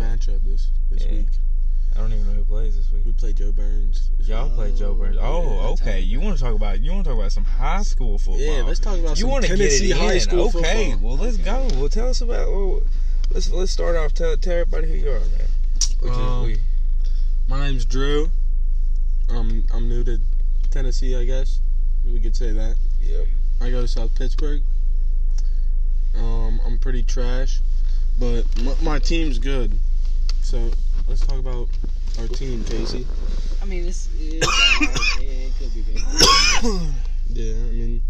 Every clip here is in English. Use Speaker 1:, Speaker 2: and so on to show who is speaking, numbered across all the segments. Speaker 1: matchup this this
Speaker 2: Yeah.
Speaker 1: week.
Speaker 2: I don't even know who plays this
Speaker 1: We
Speaker 2: week.
Speaker 1: play Joe Burns. this
Speaker 2: Y'all
Speaker 1: week.
Speaker 2: play Joe Burns.
Speaker 1: Yeah,
Speaker 2: Oh,
Speaker 1: that's
Speaker 2: okay.
Speaker 1: how-
Speaker 2: You want to talk about you want to talk about some high school football?
Speaker 1: Yeah, let's talk about
Speaker 2: you
Speaker 1: some
Speaker 2: want to get
Speaker 1: Tennessee
Speaker 2: it
Speaker 1: high
Speaker 2: in.
Speaker 1: school
Speaker 2: okay,
Speaker 1: football.
Speaker 2: well let's go. Well, tell us about. Well, let's let's start off. Tell tell everybody who you are, man. Which is
Speaker 1: Um,
Speaker 2: we.
Speaker 1: My name's Drew. Um, I'm new to Tennessee, I guess. We could say that.
Speaker 2: Yep.
Speaker 1: I go to South Pittsburgh. Um, I'm pretty trash, but my, my team's good. So let's talk about our team, Casey.
Speaker 3: I mean, it's, it's alright. it, it could be bigger.
Speaker 1: Yeah, I mean,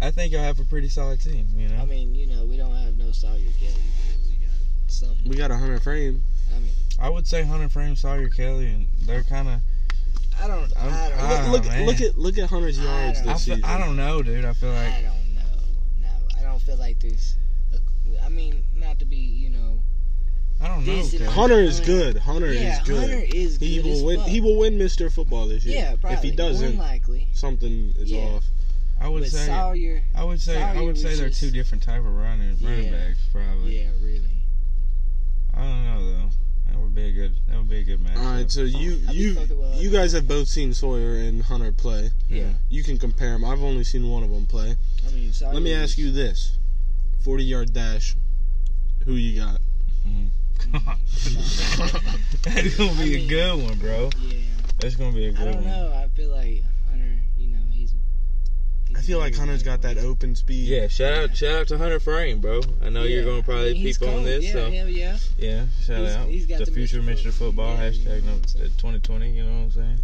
Speaker 2: I think y'all have a pretty solid team. You know.
Speaker 3: I mean, you know, we don't have no Sawyer Kelly, but we got something.
Speaker 1: we got a hundred frame.
Speaker 3: I mean,
Speaker 2: I would say Hunter Frame, Sawyer Kelly, and they're kind of.
Speaker 3: I don't,
Speaker 2: I'm-
Speaker 3: I don't,
Speaker 2: Ah,
Speaker 3: I,
Speaker 1: look,
Speaker 2: man. Ah,
Speaker 1: look at look at Hunter's
Speaker 3: I
Speaker 1: yards
Speaker 3: don't-
Speaker 2: I,
Speaker 1: this
Speaker 2: feel,
Speaker 1: season.
Speaker 2: I don't know, dude. I feel like
Speaker 3: don't know. No, I don't feel like this. I mean, not to be, you know,
Speaker 2: I don't know.
Speaker 3: This is-
Speaker 2: Kelly.
Speaker 1: Hunter is good. Hunter
Speaker 3: yeah,
Speaker 1: is good.
Speaker 3: Hunter is good.
Speaker 1: he will
Speaker 3: as
Speaker 1: win.
Speaker 3: fuck.
Speaker 1: He will win Mr. Football this year.
Speaker 3: Yeah, probably.
Speaker 1: If he
Speaker 3: more
Speaker 1: doesn't,
Speaker 3: than likely.
Speaker 1: something is
Speaker 3: Yeah.
Speaker 1: off.
Speaker 2: I would
Speaker 3: But
Speaker 2: say.
Speaker 3: Sawyer,
Speaker 2: I would say. I
Speaker 3: Sawyer
Speaker 2: would
Speaker 3: was
Speaker 2: say they're
Speaker 3: just-
Speaker 2: two different type of running running
Speaker 3: Yeah.
Speaker 2: backs, probably.
Speaker 3: yeah, really.
Speaker 2: I don't know though. That would be a good. That would be a good match.
Speaker 1: All right, so you
Speaker 3: I'd be
Speaker 1: you
Speaker 3: fucking well.
Speaker 1: you guys have both seen Sawyer and Hunter play.
Speaker 3: Yeah.
Speaker 1: You can compare them. I've only seen one of them play.
Speaker 3: I mean, Sawyer.
Speaker 1: Let me
Speaker 3: was-
Speaker 1: ask you this: forty-yard dash. Who you got?
Speaker 2: That's gonna be
Speaker 3: I
Speaker 2: a
Speaker 3: mean-
Speaker 2: good one, bro.
Speaker 3: Yeah,
Speaker 2: That's gonna be a good
Speaker 3: I
Speaker 2: one.
Speaker 3: don't know. I feel like Hunter. You know, he's.
Speaker 1: I
Speaker 3: he's
Speaker 1: feel like
Speaker 3: very
Speaker 1: Hunter's got that
Speaker 3: likable.
Speaker 1: open speed.
Speaker 2: Yeah, shout out, shout out to Hunter Frame, bro. I know you're
Speaker 3: Yeah,
Speaker 2: gonna
Speaker 3: I
Speaker 2: probably
Speaker 3: mean, he's
Speaker 2: peep on
Speaker 3: cold.
Speaker 2: this,
Speaker 3: yeah,
Speaker 2: so
Speaker 3: Hell yeah.
Speaker 2: yeah, shout
Speaker 3: He's-
Speaker 2: out
Speaker 3: he's got
Speaker 2: the,
Speaker 3: the
Speaker 2: future Mr.
Speaker 3: Mr.
Speaker 2: Football
Speaker 3: Yeah, you know
Speaker 2: hashtag
Speaker 3: what I'm saying.
Speaker 2: 2020. You know what I'm saying?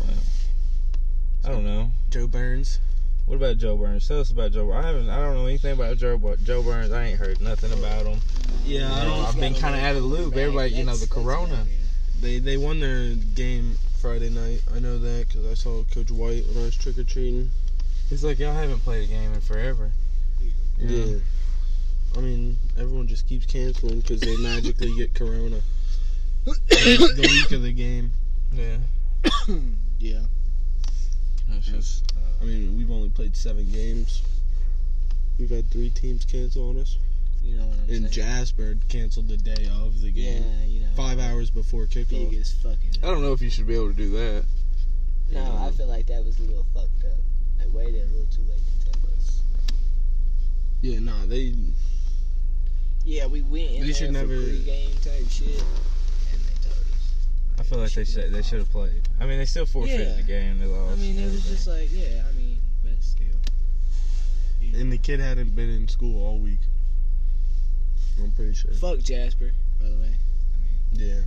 Speaker 2: But, I don't know.
Speaker 1: Joe Burns.
Speaker 2: What about Joe Burns? Tell us about Joe. Burns. I haven't. I don't know anything about Joe. Bur- Joe Burns. I ain't heard nothing about him.
Speaker 1: Yeah,
Speaker 2: I don't- I've been kinda out of the loop. Everybody, you know, the corona.
Speaker 1: They they won their game Friday night. I know that because I saw Coach White when I was trick or treating.
Speaker 2: It's like y'all haven't played a game in forever. You know?
Speaker 1: I mean, everyone just keeps canceling because they magically get corona the week of the game.
Speaker 2: Yeah.
Speaker 3: yeah.
Speaker 2: That's just- uh,
Speaker 1: I mean, we've only played seven games. We've had three teams cancel on us.
Speaker 3: You know what I'm
Speaker 1: And
Speaker 3: saying?
Speaker 1: Jasper canceled the day of the
Speaker 3: yeah,
Speaker 1: game.
Speaker 3: you know.
Speaker 1: Five hours before
Speaker 3: Big
Speaker 1: kickoff.
Speaker 3: as fucking.
Speaker 2: I don't know if you should be able to do that.
Speaker 3: No, I feel like that was a little fucked up. They waited a little too late to tell us.
Speaker 1: Yeah, nah, they
Speaker 3: Yeah, we went in
Speaker 1: They
Speaker 3: there
Speaker 1: should
Speaker 3: for
Speaker 1: never-
Speaker 3: pregame type shit, and they told us.
Speaker 2: I feel like they should. They should have played. I mean, they still forfeited
Speaker 3: Yeah.
Speaker 2: the game. They lost.
Speaker 3: I mean,
Speaker 2: and
Speaker 3: it was
Speaker 2: everything.
Speaker 3: just like, yeah. I mean, but still.
Speaker 1: and the kid hadn't been in school all week. I'm pretty sure.
Speaker 3: Fuck Jasper, by the way.
Speaker 1: Yeah.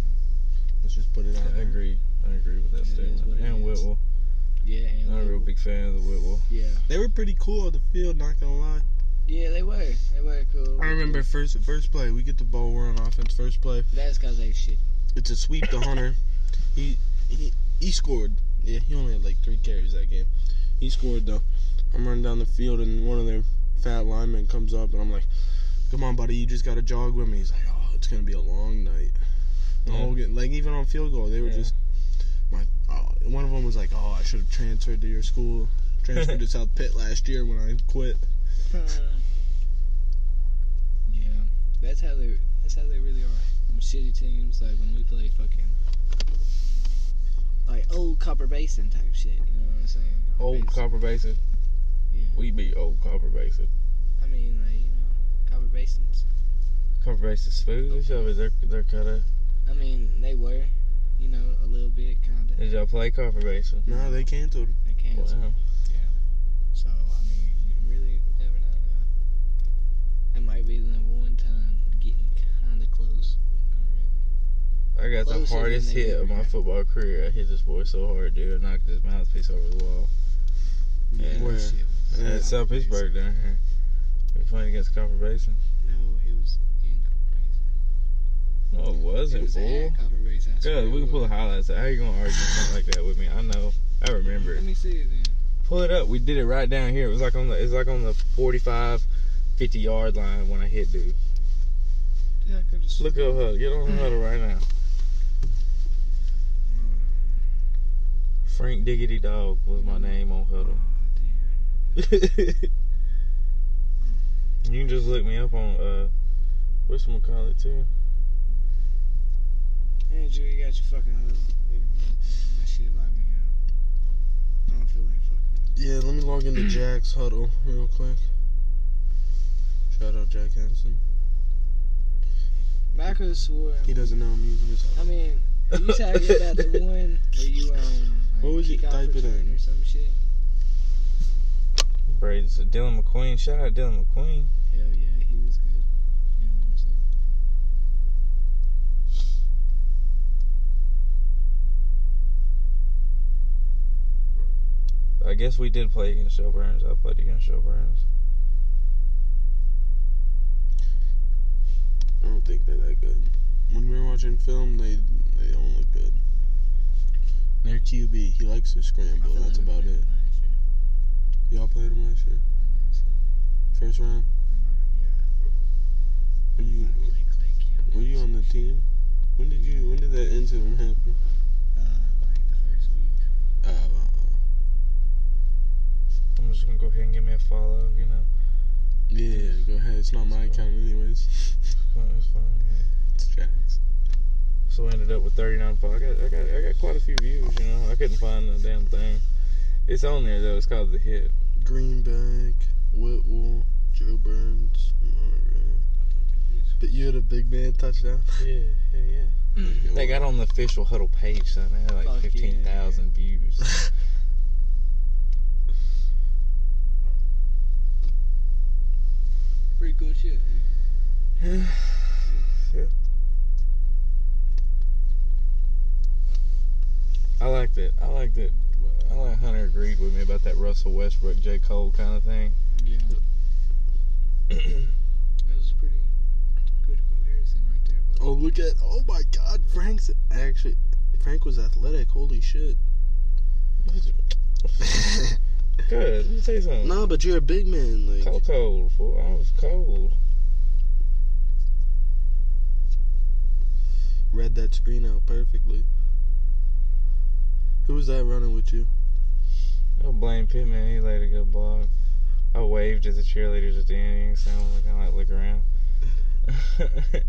Speaker 1: Let's just put it out
Speaker 2: I
Speaker 1: there.
Speaker 2: agree. I agree with that
Speaker 3: It is what
Speaker 2: statement.
Speaker 3: it
Speaker 2: And
Speaker 3: is.
Speaker 2: Whitwell.
Speaker 3: Yeah, and
Speaker 2: Not a Oh, real big fan of the Whitwell.
Speaker 3: Yeah,
Speaker 1: They were pretty cool on the field, not gonna lie.
Speaker 3: yeah, they were, they were cool.
Speaker 1: I remember first first play, we get the ball, we're on offense. First play,
Speaker 3: That's cause they shit.
Speaker 1: it's a sweep to Hunter. He he he scored. Yeah, he only had like three carries that game. He scored though. I'm running down the field and one of their fat linemen comes up and I'm like, "Come on, buddy, you just gotta jog with me." He's like, "Oh, it's gonna be a long night." The
Speaker 2: Yeah.
Speaker 1: whole game, like even on field goal, they were
Speaker 2: Yeah.
Speaker 1: just. My oh, one of them was like, "Oh, I should have transferred to your school, transferred to South Pitt last year when I quit."
Speaker 2: Hmm.
Speaker 3: yeah, that's how they. That's how they really are. Them shitty teams, like when we play fucking, like old Copper Basin type shit. You know what I'm saying? Copper
Speaker 2: Old
Speaker 3: Basin,
Speaker 2: Copper Basin.
Speaker 3: yeah.
Speaker 2: We beat Old Copper Basin.
Speaker 3: I mean, like you know, Copper Basins.
Speaker 2: Copper Basin's food. They should have- They're, they're kind of.
Speaker 3: I mean, they were, you know, a little bit kinda.
Speaker 2: Did y'all play Copper Basin?
Speaker 1: No, they canceled.
Speaker 3: They canceled.
Speaker 2: Wow.
Speaker 3: So I mean, you really never know. Now. It might be the one time getting kind of close. but not really.
Speaker 2: I got the
Speaker 3: Closer
Speaker 2: hardest
Speaker 3: than they
Speaker 2: hit of
Speaker 3: ever
Speaker 2: my
Speaker 3: got.
Speaker 2: football career. I hit this boy so hard, dude. I knocked his mouthpiece over the wall. Yeah.
Speaker 1: Where?
Speaker 3: That shit was-
Speaker 1: Yeah,
Speaker 2: At South Pittsburgh down here. We playing against Copper Basin.
Speaker 3: No, it was in Copper Basin.
Speaker 2: No, it
Speaker 3: It
Speaker 2: wasn't,
Speaker 3: was
Speaker 2: fool.
Speaker 3: at Copper Basin. I swear
Speaker 2: Good, we
Speaker 3: it
Speaker 2: can pull
Speaker 3: was.
Speaker 2: the highlights. How you gonna argue something like that with me? I know. I remember.
Speaker 3: Let
Speaker 2: it.
Speaker 3: me see it then.
Speaker 2: Pull it up. We did it right down here. It was like on the it's like on the 45, 50 yard line when I hit dude.
Speaker 3: Yeah, I could just
Speaker 2: Look up her. Get
Speaker 3: Hmm.
Speaker 2: on the huddle right now. Frank Diggity Dog was my name on
Speaker 3: Oh,
Speaker 2: huddle. you can just look me up on uh what's my call it too?
Speaker 3: Hey, Drew, you got your fucking hood. That shit like me out. I don't feel like fucking with
Speaker 1: Yeah, let me log into Jack's huddle real quick. Shout out Jack Henson.
Speaker 3: it. But I could have swore.
Speaker 1: He doesn't know I'm using his
Speaker 3: I
Speaker 1: huddle.
Speaker 3: mean, you talking about the one where you, um, like,
Speaker 1: What was it?
Speaker 3: kick off
Speaker 1: Type it
Speaker 3: return
Speaker 1: in.
Speaker 3: Or some shit.
Speaker 2: Brady's a Dylan McQueen. Shout out Dylan McQueen.
Speaker 3: Hell yeah, he was good. You know what I'm saying?
Speaker 2: I guess we did play against Joe Burns. I played against Joe Burns.
Speaker 1: I don't think they're that good. When we were watching film, they they don't look good. Their QB, he likes to
Speaker 3: I
Speaker 1: scramble.
Speaker 3: feel
Speaker 1: That's
Speaker 3: like we
Speaker 1: about it.
Speaker 3: played him last year.
Speaker 1: Y'all played him last year,
Speaker 3: I think so.
Speaker 1: first round.
Speaker 3: Yeah.
Speaker 1: Were you
Speaker 3: I played Clay Campbell.
Speaker 1: were you on the team? When did you when did that incident happen?
Speaker 3: Uh, like the first week.
Speaker 1: Uh,
Speaker 2: I'm just gonna go ahead and give me a follow. You know,
Speaker 1: yeah, go ahead. It's not my account anyways.
Speaker 2: it was fun. Yeah.
Speaker 1: It's Jack's.
Speaker 2: So I ended up with 39 followers. I got, I got, I got quite a few views. You know, I couldn't find the damn thing. It's on there though. It's called the hit.
Speaker 1: Greenback, Whitwell, Joe Burns, Monterey. But you had a big man touchdown.
Speaker 2: Yeah, yeah, yeah. They got on the official huddle page, son. They had like
Speaker 3: Fuck yeah.
Speaker 2: 15,000 views.
Speaker 3: Pretty good shit.
Speaker 2: yeah. I like that. I like that. I like Hunter agreed with me about that Russell Westbrook, J. Cole kind of thing.
Speaker 3: Yeah. That was a pretty good comparison right there. But
Speaker 1: Oh look at oh my god, Frank's actually Frank was athletic, holy shit.
Speaker 2: Good. Let me tell you something.
Speaker 1: nah, but you're a big man, like
Speaker 2: Cold, cold. Fool. I was cold.
Speaker 1: read that screen out perfectly. Who was that running with you?
Speaker 2: I don't blame Pittman. He laid a good block. I waved at the cheerleaders at the end. You sound like I like look around. Right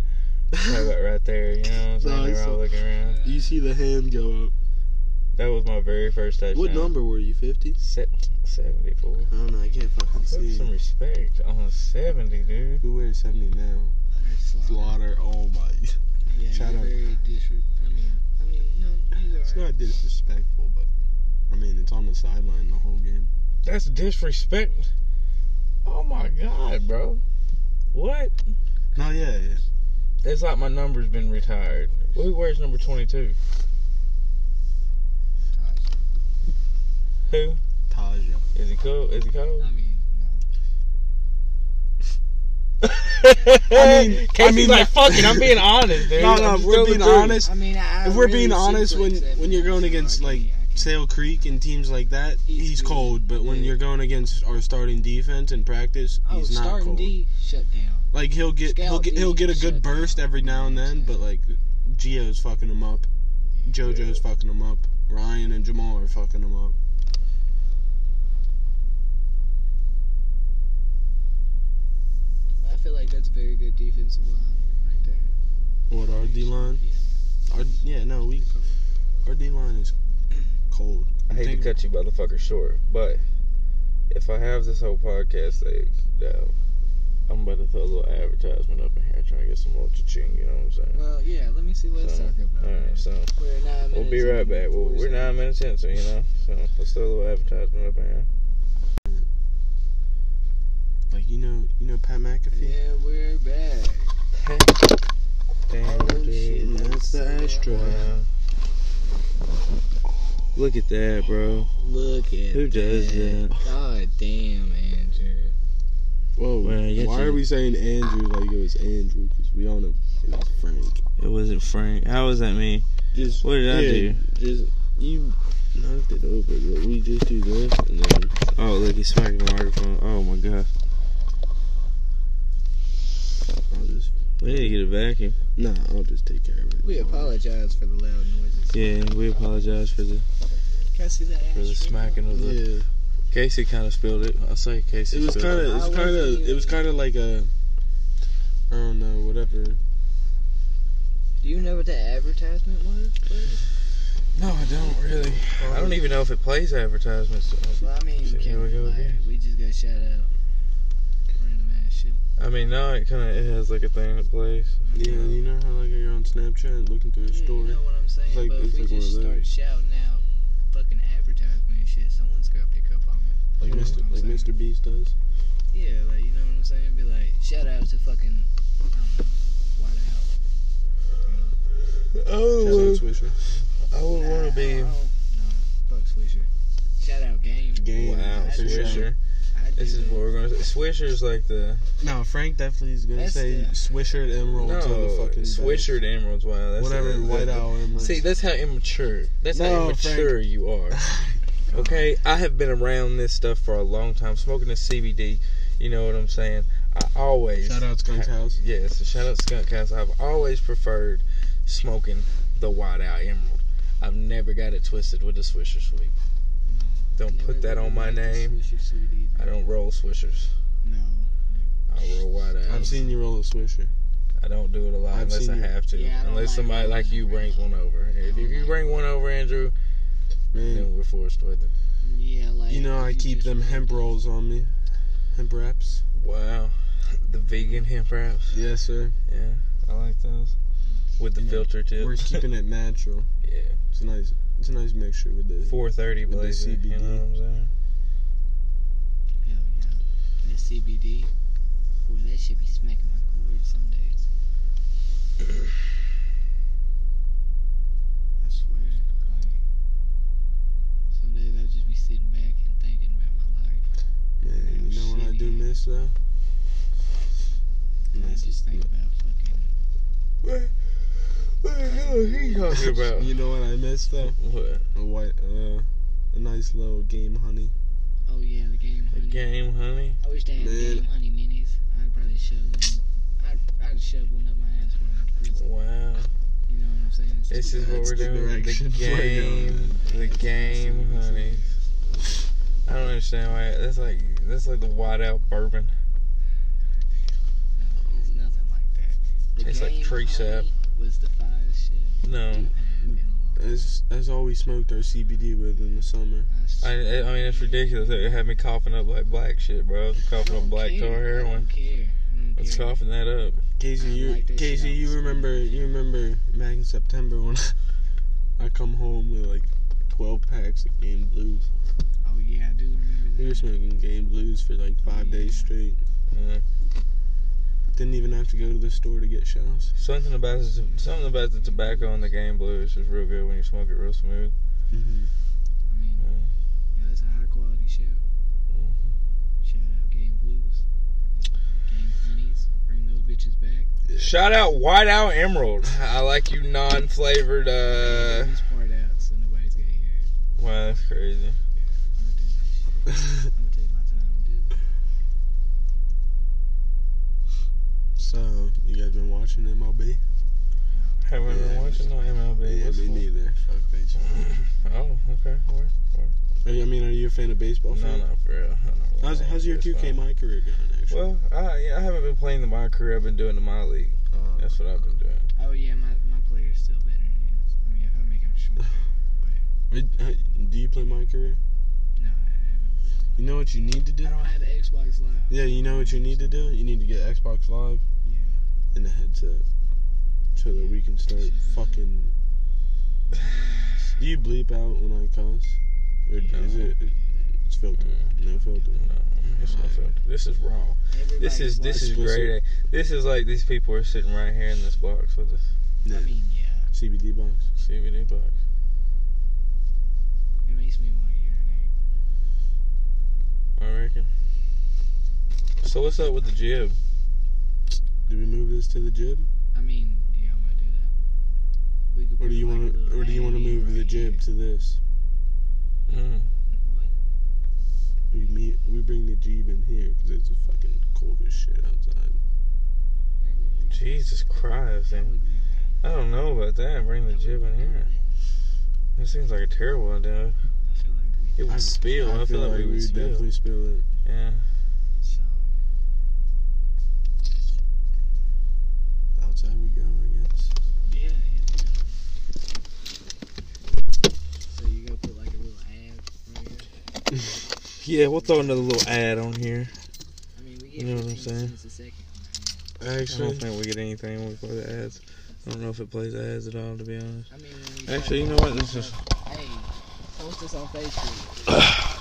Speaker 2: about right there. You know what I'm saying?
Speaker 1: No,
Speaker 2: They're
Speaker 1: it's
Speaker 2: all
Speaker 1: a-
Speaker 2: looking around.
Speaker 1: You see the hand go up.
Speaker 2: That was my very first touchdown.
Speaker 1: What number were you? Fifty?
Speaker 2: Se- 74.
Speaker 1: I don't know. I can't fucking
Speaker 2: Put some
Speaker 1: see.
Speaker 2: respect on 70, dude.
Speaker 1: Who wears seventy now? Slaughter. Oh my.
Speaker 3: Yeah,
Speaker 1: Shout
Speaker 3: you're
Speaker 1: out.
Speaker 3: very disre- I mean, I mean, no, he's
Speaker 1: It's
Speaker 3: alright.
Speaker 1: not disrespectful, but I mean it's on the sideline the whole game.
Speaker 2: That's disrespect. Oh my god, bro. What?
Speaker 1: No, yeah, yeah.
Speaker 2: It's like my number's been retired. Who wears number 22? Who?
Speaker 1: Taja.
Speaker 2: Is he cool? Is he cool?
Speaker 3: I mean, no.
Speaker 1: I mean- I mean-
Speaker 2: like, fuck it, I'm being honest, dude.
Speaker 1: No,
Speaker 2: I'm
Speaker 1: no,
Speaker 2: just
Speaker 1: we're
Speaker 2: telling
Speaker 1: being
Speaker 2: the truth.
Speaker 1: honest.
Speaker 3: I mean, I
Speaker 1: If we're
Speaker 3: really
Speaker 1: being honest,
Speaker 3: should
Speaker 1: when
Speaker 3: play seven,
Speaker 1: when you're going
Speaker 3: so
Speaker 1: against
Speaker 3: I
Speaker 1: like
Speaker 3: can't- I can't-
Speaker 1: Sail Creek and teams like that,
Speaker 3: He's
Speaker 1: he's,
Speaker 3: good.
Speaker 1: cold. But when
Speaker 3: Yeah.
Speaker 1: you're going against our starting defense in practice,
Speaker 3: oh,
Speaker 1: he's not
Speaker 3: starting
Speaker 1: cold.
Speaker 3: D, shut down.
Speaker 1: Like he'll get
Speaker 3: Scout
Speaker 1: he'll get he'll
Speaker 3: D,
Speaker 1: get a
Speaker 3: shut
Speaker 1: good burst
Speaker 3: down.
Speaker 1: every now and then, but like Gio's fucking him up. JoJo's fucking him up. Ryan and Jamal are fucking him up.
Speaker 3: I feel like that's a very good defensive line right there.
Speaker 1: What our D line? Our yeah, no, we our D line is cold.
Speaker 2: I hate
Speaker 1: Think-
Speaker 2: to cut you motherfucker short, but if I have this whole podcast thing down, I'm about to throw a little advertisement up in here trying to get some more cha-ching, you know what I'm saying?
Speaker 3: Well, yeah. Let me see what it's
Speaker 2: So,
Speaker 3: talking about.
Speaker 2: Alright, so
Speaker 3: We're nine
Speaker 2: we'll be
Speaker 3: minutes
Speaker 2: right
Speaker 3: in,
Speaker 2: back. Well,
Speaker 3: four
Speaker 2: we're nine
Speaker 3: seconds.
Speaker 2: minutes in, so you know, so let's throw a little advertisement up in here.
Speaker 1: Like you know you know Pat McAfee.
Speaker 3: Yeah, we're back.
Speaker 2: Damn,
Speaker 3: Oh, shit.
Speaker 2: dude.
Speaker 1: And that's the asteroid.
Speaker 2: Wow. Look at that, bro.
Speaker 3: Look at
Speaker 2: Who does that?
Speaker 3: God damn, Andrew.
Speaker 1: Whoa!
Speaker 2: Well, I guess
Speaker 1: why
Speaker 2: you-
Speaker 1: are we saying Andrew like it was Andrew? Because we all know it was Frank.
Speaker 2: It wasn't Frank. How was that me?
Speaker 1: Just
Speaker 2: What did I
Speaker 1: yeah,
Speaker 2: do?
Speaker 1: Just you knocked it over. But we just do this and then
Speaker 2: Oh, look, he's smacking the microphone. Oh my god.
Speaker 1: I'll just
Speaker 2: We need to get a vacuum.
Speaker 1: nah. I'll just take care of it.
Speaker 3: We apologize for the loud noises.
Speaker 2: Yeah, we apologize for the
Speaker 3: Can I see that?
Speaker 2: for the
Speaker 3: asterisk?
Speaker 2: smacking of the.
Speaker 1: Yeah,
Speaker 2: Casey kind of spilled it. I say Casey.
Speaker 1: it was kind
Speaker 2: spilled
Speaker 1: of, it was
Speaker 3: I
Speaker 1: kind
Speaker 3: wasn't
Speaker 1: of, it was
Speaker 3: even-
Speaker 1: kind of like a, I don't know, whatever.
Speaker 3: Do you even know what the advertisement was? But,
Speaker 1: No, I don't really.
Speaker 2: I don't even know if it plays advertisements. so-
Speaker 3: well, I mean,
Speaker 2: Shit, here we go
Speaker 3: like,
Speaker 2: again.
Speaker 3: we just got shout out. Random ass shit.
Speaker 2: I mean, now it kind of it has like a thing that plays.
Speaker 1: Yeah, you know how like you're on Snapchat looking through a
Speaker 3: You
Speaker 1: story.
Speaker 3: know what I'm saying?
Speaker 1: It's like-
Speaker 3: but if
Speaker 1: it's
Speaker 3: we
Speaker 1: like one
Speaker 3: just
Speaker 1: of
Speaker 3: start
Speaker 1: those.
Speaker 3: shouting out fucking advertisement and shit, someone's gonna pick up on it.
Speaker 1: Like
Speaker 2: Yeah.
Speaker 1: Mr. Like Mr. Beast does.
Speaker 3: Yeah, like you know what I'm saying? Be like, shout out to fucking, I don't know, White Out.
Speaker 1: Shout
Speaker 2: Oh,
Speaker 1: out Swisher.
Speaker 2: I would want to
Speaker 3: I
Speaker 2: be.
Speaker 3: don't- No, fuck Swisher. Shout out Game.
Speaker 1: Game.
Speaker 2: Wow,
Speaker 3: I do.
Speaker 2: Swisher.
Speaker 3: I do
Speaker 2: This is what we're going to say. Swisher's like the.
Speaker 1: No, Frank definitely is gonna
Speaker 3: That's
Speaker 1: say
Speaker 3: the-
Speaker 1: Swisher Emerald
Speaker 2: No,
Speaker 1: to the fucking back.
Speaker 2: Swisher to Emeralds. Wow, that's
Speaker 1: whatever
Speaker 2: the-
Speaker 1: White
Speaker 2: the-
Speaker 1: Owl Emerald.
Speaker 2: See, that's how immature. That's how
Speaker 1: No,
Speaker 2: immature you are. Okay, I have been around this stuff for a long time. Smoking the CBD, you know what I'm saying. I always
Speaker 1: Shout out Skunk House.
Speaker 2: Yes, a shout out Skunk House. I've always preferred smoking the White Owl Emerald. I've never got it twisted with the Swisher Sweep. Don't put that on my name. I don't roll Swishers.
Speaker 3: No.
Speaker 2: I roll White Owls.
Speaker 1: I've seen you roll a Swisher.
Speaker 2: I don't do it a lot
Speaker 1: I've
Speaker 2: unless
Speaker 1: seen
Speaker 2: I
Speaker 1: you-
Speaker 2: have to.
Speaker 3: Yeah, I don't
Speaker 2: unless
Speaker 3: like
Speaker 2: somebody
Speaker 3: rolling
Speaker 2: like you
Speaker 3: them.
Speaker 2: brings one over. If, if you bring one over, Andrew,
Speaker 1: Man,
Speaker 2: then we're forced with it.
Speaker 3: Yeah, like.
Speaker 1: you know I
Speaker 3: if
Speaker 1: keep
Speaker 3: just-
Speaker 1: them hemp rolls on me. Hemp wraps.
Speaker 2: Wow. The vegan hemp wraps.
Speaker 1: Yes, sir.
Speaker 2: Yeah, I like those. With the
Speaker 1: You know,
Speaker 2: filter tip.
Speaker 1: We're keeping it natural.
Speaker 2: yeah.
Speaker 1: It's a nice. It's a nice mixture with the.
Speaker 2: 430
Speaker 1: With the
Speaker 2: blazer. You
Speaker 1: CBD.
Speaker 2: know what I'm saying?
Speaker 3: Hell yeah. That CBD. Boy, that should be smacking my gourd some days. I swear. Like, some days I'll just be sitting back and thinking about my life.
Speaker 1: Man, you know what I do miss though?
Speaker 3: And I just think about fucking.
Speaker 2: What the hell are you talking about?
Speaker 1: You know what I miss though?
Speaker 2: What?
Speaker 1: A white, uh, a nice little game, honey.
Speaker 3: Oh yeah, the game.
Speaker 2: A
Speaker 3: Honey.
Speaker 2: game, honey?
Speaker 3: I wish they had
Speaker 1: Man.
Speaker 3: game honey minis. I'd probably shove one. I'd, I'd shove one up my ass when I was in prison.
Speaker 2: Wow.
Speaker 3: You know what I'm saying? It's
Speaker 2: This
Speaker 3: too
Speaker 2: is
Speaker 3: bad.
Speaker 2: what
Speaker 1: That's
Speaker 2: we're
Speaker 1: the
Speaker 2: doing. The
Speaker 1: direction we're
Speaker 2: game.
Speaker 3: going.
Speaker 2: The game, honey. I don't understand why. That's like that's like the white out bourbon.
Speaker 3: No, it's nothing like that. The
Speaker 2: Tastes like
Speaker 3: game
Speaker 2: tree sap.
Speaker 3: honey was the finest shit
Speaker 2: No.
Speaker 3: I've had in a long
Speaker 1: That's that's all we smoked our CBD with in the summer.
Speaker 3: time.
Speaker 2: I, I mean, it's ridiculous. It had me coughing up like black shit, bro. I was coughing up
Speaker 3: don't
Speaker 2: black
Speaker 3: care.
Speaker 2: tar
Speaker 3: I don't
Speaker 2: heroin.
Speaker 3: care. I don't
Speaker 2: I was
Speaker 3: care.
Speaker 2: coughing that up.
Speaker 1: Casey,
Speaker 3: I
Speaker 1: you
Speaker 3: like that shit
Speaker 1: Casey,
Speaker 3: out
Speaker 1: you
Speaker 3: the
Speaker 1: remember you remember back in September when I come home with like twelve packs of Game Blues.
Speaker 3: Oh yeah, I do remember
Speaker 1: We were
Speaker 3: that.
Speaker 1: smoking Game Blues for like five days straight.
Speaker 2: Yeah.
Speaker 1: Didn't even have to go to the store to get shells.
Speaker 2: Something about the, something about the tobacco and the game blues is real good when you smoke it real smooth.
Speaker 1: Mm-hmm.
Speaker 3: I mean, yeah, that's a high quality shit.
Speaker 2: Mhm.
Speaker 3: Shout out Game Blues, Game Honeys. Bring those bitches back.
Speaker 2: Shout out White Owl Emerald. I like you non-flavored.
Speaker 3: Edit
Speaker 2: uh...
Speaker 3: this part out so nobody's gonna hear it.
Speaker 2: Wow, that's crazy.
Speaker 3: I'm gonna do that shit. I'm gonna take my time and do that.
Speaker 1: so you guys been watching MLB?
Speaker 2: Haven't
Speaker 1: Yeah,
Speaker 2: been watching no MLB.
Speaker 1: yeah,
Speaker 2: What's
Speaker 1: me
Speaker 2: the-
Speaker 1: neither. Fuck baseball.
Speaker 2: Oh, okay. Word, word.
Speaker 1: Are you, I mean, are you a fan of baseball?
Speaker 2: No,
Speaker 1: fan?
Speaker 2: no, for real. I don't really
Speaker 1: How's,
Speaker 2: know
Speaker 1: how's your
Speaker 2: baseball.
Speaker 1: 2K my career going? Actually,
Speaker 2: Well, I yeah, I haven't been playing the my career. I've been doing the my league.
Speaker 1: Uh,
Speaker 2: That's what I've been doing.
Speaker 3: Oh yeah, my my player's still better than his. I mean, if I make him shorter, but
Speaker 1: I- I- do you play my career?
Speaker 3: no, I
Speaker 1: You know what you need to do?
Speaker 3: haven't. I don't have the Xbox Live.
Speaker 1: Yeah, you know what you need to do? You need to get Xbox Live
Speaker 3: Yeah.
Speaker 1: and a headset so that we can start fucking. Do you bleep out when I cuss? Or is
Speaker 2: No.
Speaker 1: it?
Speaker 2: Mm.
Speaker 3: We do that.
Speaker 1: It's filtered. No filter.
Speaker 2: No, it's not filter. This is raw. This is this is
Speaker 1: Explicit.
Speaker 2: great. This is like these people are sitting right here in this box with this
Speaker 3: I mean, yeah,
Speaker 1: CBD box.
Speaker 2: CBD box.
Speaker 3: it makes me want to urinate.
Speaker 2: I reckon. So what's up with the jib?
Speaker 1: Do we move this to the jib,
Speaker 3: I mean, do y'all want to do that? We could
Speaker 1: or do
Speaker 3: put,
Speaker 1: you
Speaker 3: like, a
Speaker 1: want to,
Speaker 3: little
Speaker 1: or do you want to
Speaker 3: handy
Speaker 1: move the
Speaker 3: right
Speaker 1: jib to
Speaker 3: here.
Speaker 1: this?
Speaker 2: Mm.
Speaker 3: What?
Speaker 1: We meet. We bring the jib in here because it's fucking cold as shit outside.
Speaker 3: Where would we-
Speaker 2: Jesus Christ!
Speaker 3: how
Speaker 2: man.
Speaker 3: would we do
Speaker 2: I don't know about that. Bring the
Speaker 3: that?
Speaker 2: jib in here. That seems like a terrible idea.
Speaker 3: I feel like we
Speaker 2: It would
Speaker 1: I-
Speaker 2: spill. I, feel like, we would spill.
Speaker 1: definitely spill it.
Speaker 2: Yeah.
Speaker 3: So,
Speaker 1: Outside we go, I guess.
Speaker 3: yeah, yeah.
Speaker 2: Yeah, we'll throw another little ad on here.
Speaker 3: I mean, we get
Speaker 2: You know what I'm
Speaker 3: 15
Speaker 2: saying?
Speaker 3: cents a second.
Speaker 2: I don't
Speaker 1: Actually,
Speaker 2: think we get anything when we play the ads. I don't know if it plays ads at all, to be honest.
Speaker 3: I mean, when we
Speaker 2: Actually, you
Speaker 3: try-
Speaker 2: know what? Let's just
Speaker 3: Hey, post this on Facebook.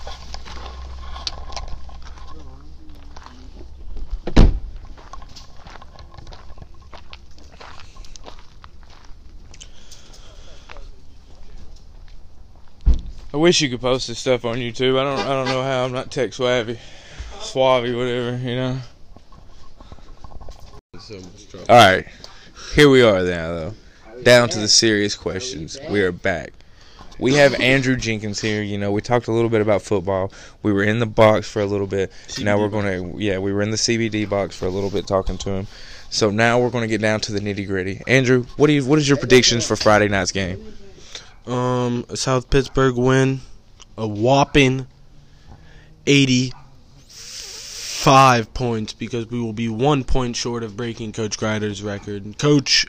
Speaker 2: I wish you could post this stuff on YouTube. I don't. I don't know how. I'm not tech savvy, swabby, whatever. You know. All right, here we are now though. Down to the serious questions. We are back. We have Andrew Jenkins here. You know, we talked a little bit about football. We were in the box for a little bit. Now we're going to, yeah, we were in the CBD box for a little bit talking to him. So now we're going to get down to the nitty gritty. Andrew, what do you, what is your predictions for Friday night's game?
Speaker 1: um, a South Pittsburgh win, a whopping eighty-five points because we will be one point short of breaking Coach Grider's record. Coach,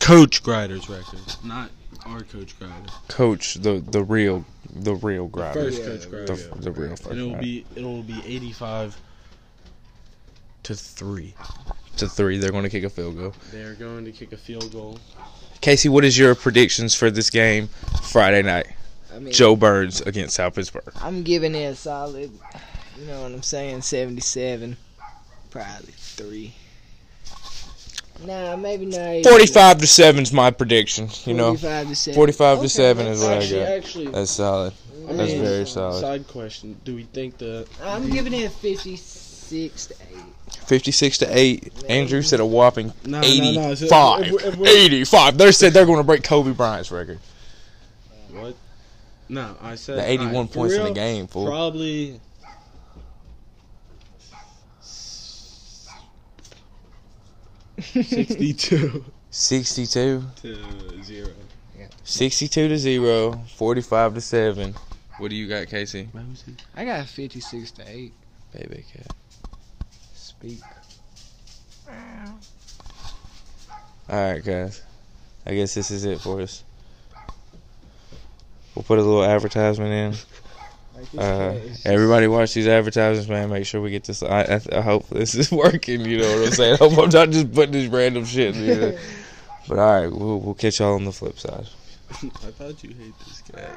Speaker 1: Coach Grider's record, not our Coach Grider.
Speaker 2: Coach, the the real, the real grinder.
Speaker 1: First Coach Grider.
Speaker 2: the, the real first
Speaker 1: And it will
Speaker 2: round.
Speaker 1: be it will be 85 to 3.
Speaker 2: to three. They're going to kick a field goal.
Speaker 1: They're going to kick a field goal.
Speaker 2: Casey, what is your predictions for this game Friday night?
Speaker 3: I mean,
Speaker 2: Joe Burns against South Pittsburgh.
Speaker 3: I'm giving it a solid, you know what I'm saying, 77. Probably three. Nah, maybe not. even.
Speaker 2: Forty-five to seven's my prediction. You know,
Speaker 3: 45 to 7.
Speaker 2: 45 to
Speaker 3: Okay,
Speaker 2: seven is
Speaker 3: that's-
Speaker 2: what I
Speaker 1: Actually,
Speaker 2: got.
Speaker 1: actually,
Speaker 2: That's solid. That's
Speaker 1: mean,
Speaker 2: very solid.
Speaker 1: side question. Do we think the
Speaker 3: I'm giving it 56 to 8.
Speaker 2: Fifty-six to eight. Andrew said a whopping
Speaker 1: No, no, no, it's-
Speaker 2: eighty-five.
Speaker 1: if we're- if we're-
Speaker 2: Eighty-five. They said they're going to break Kobe Bryant's record.
Speaker 1: what? No, I said
Speaker 2: The eighty-one
Speaker 1: alright, for
Speaker 2: points in the
Speaker 1: real,
Speaker 2: game. Fool.
Speaker 1: Probably Sixty-two
Speaker 2: Sixty-two.
Speaker 1: to zero.
Speaker 2: 62 to 0, 45 to 7. What do you got, Casey?
Speaker 3: I got 56 to 8.
Speaker 2: Baby cat.
Speaker 3: Speak.
Speaker 2: All right, guys. I guess this is it for us. We'll put a little advertisement in. Uh, everybody, watch these advertisements, man. Make sure we get this. I, I, I hope this is working. You know what I'm saying? I hope I'm not just putting this random shit. in there. But all right, we'll, we'll catch y'all on the flip side.
Speaker 1: I thought you hate this guy.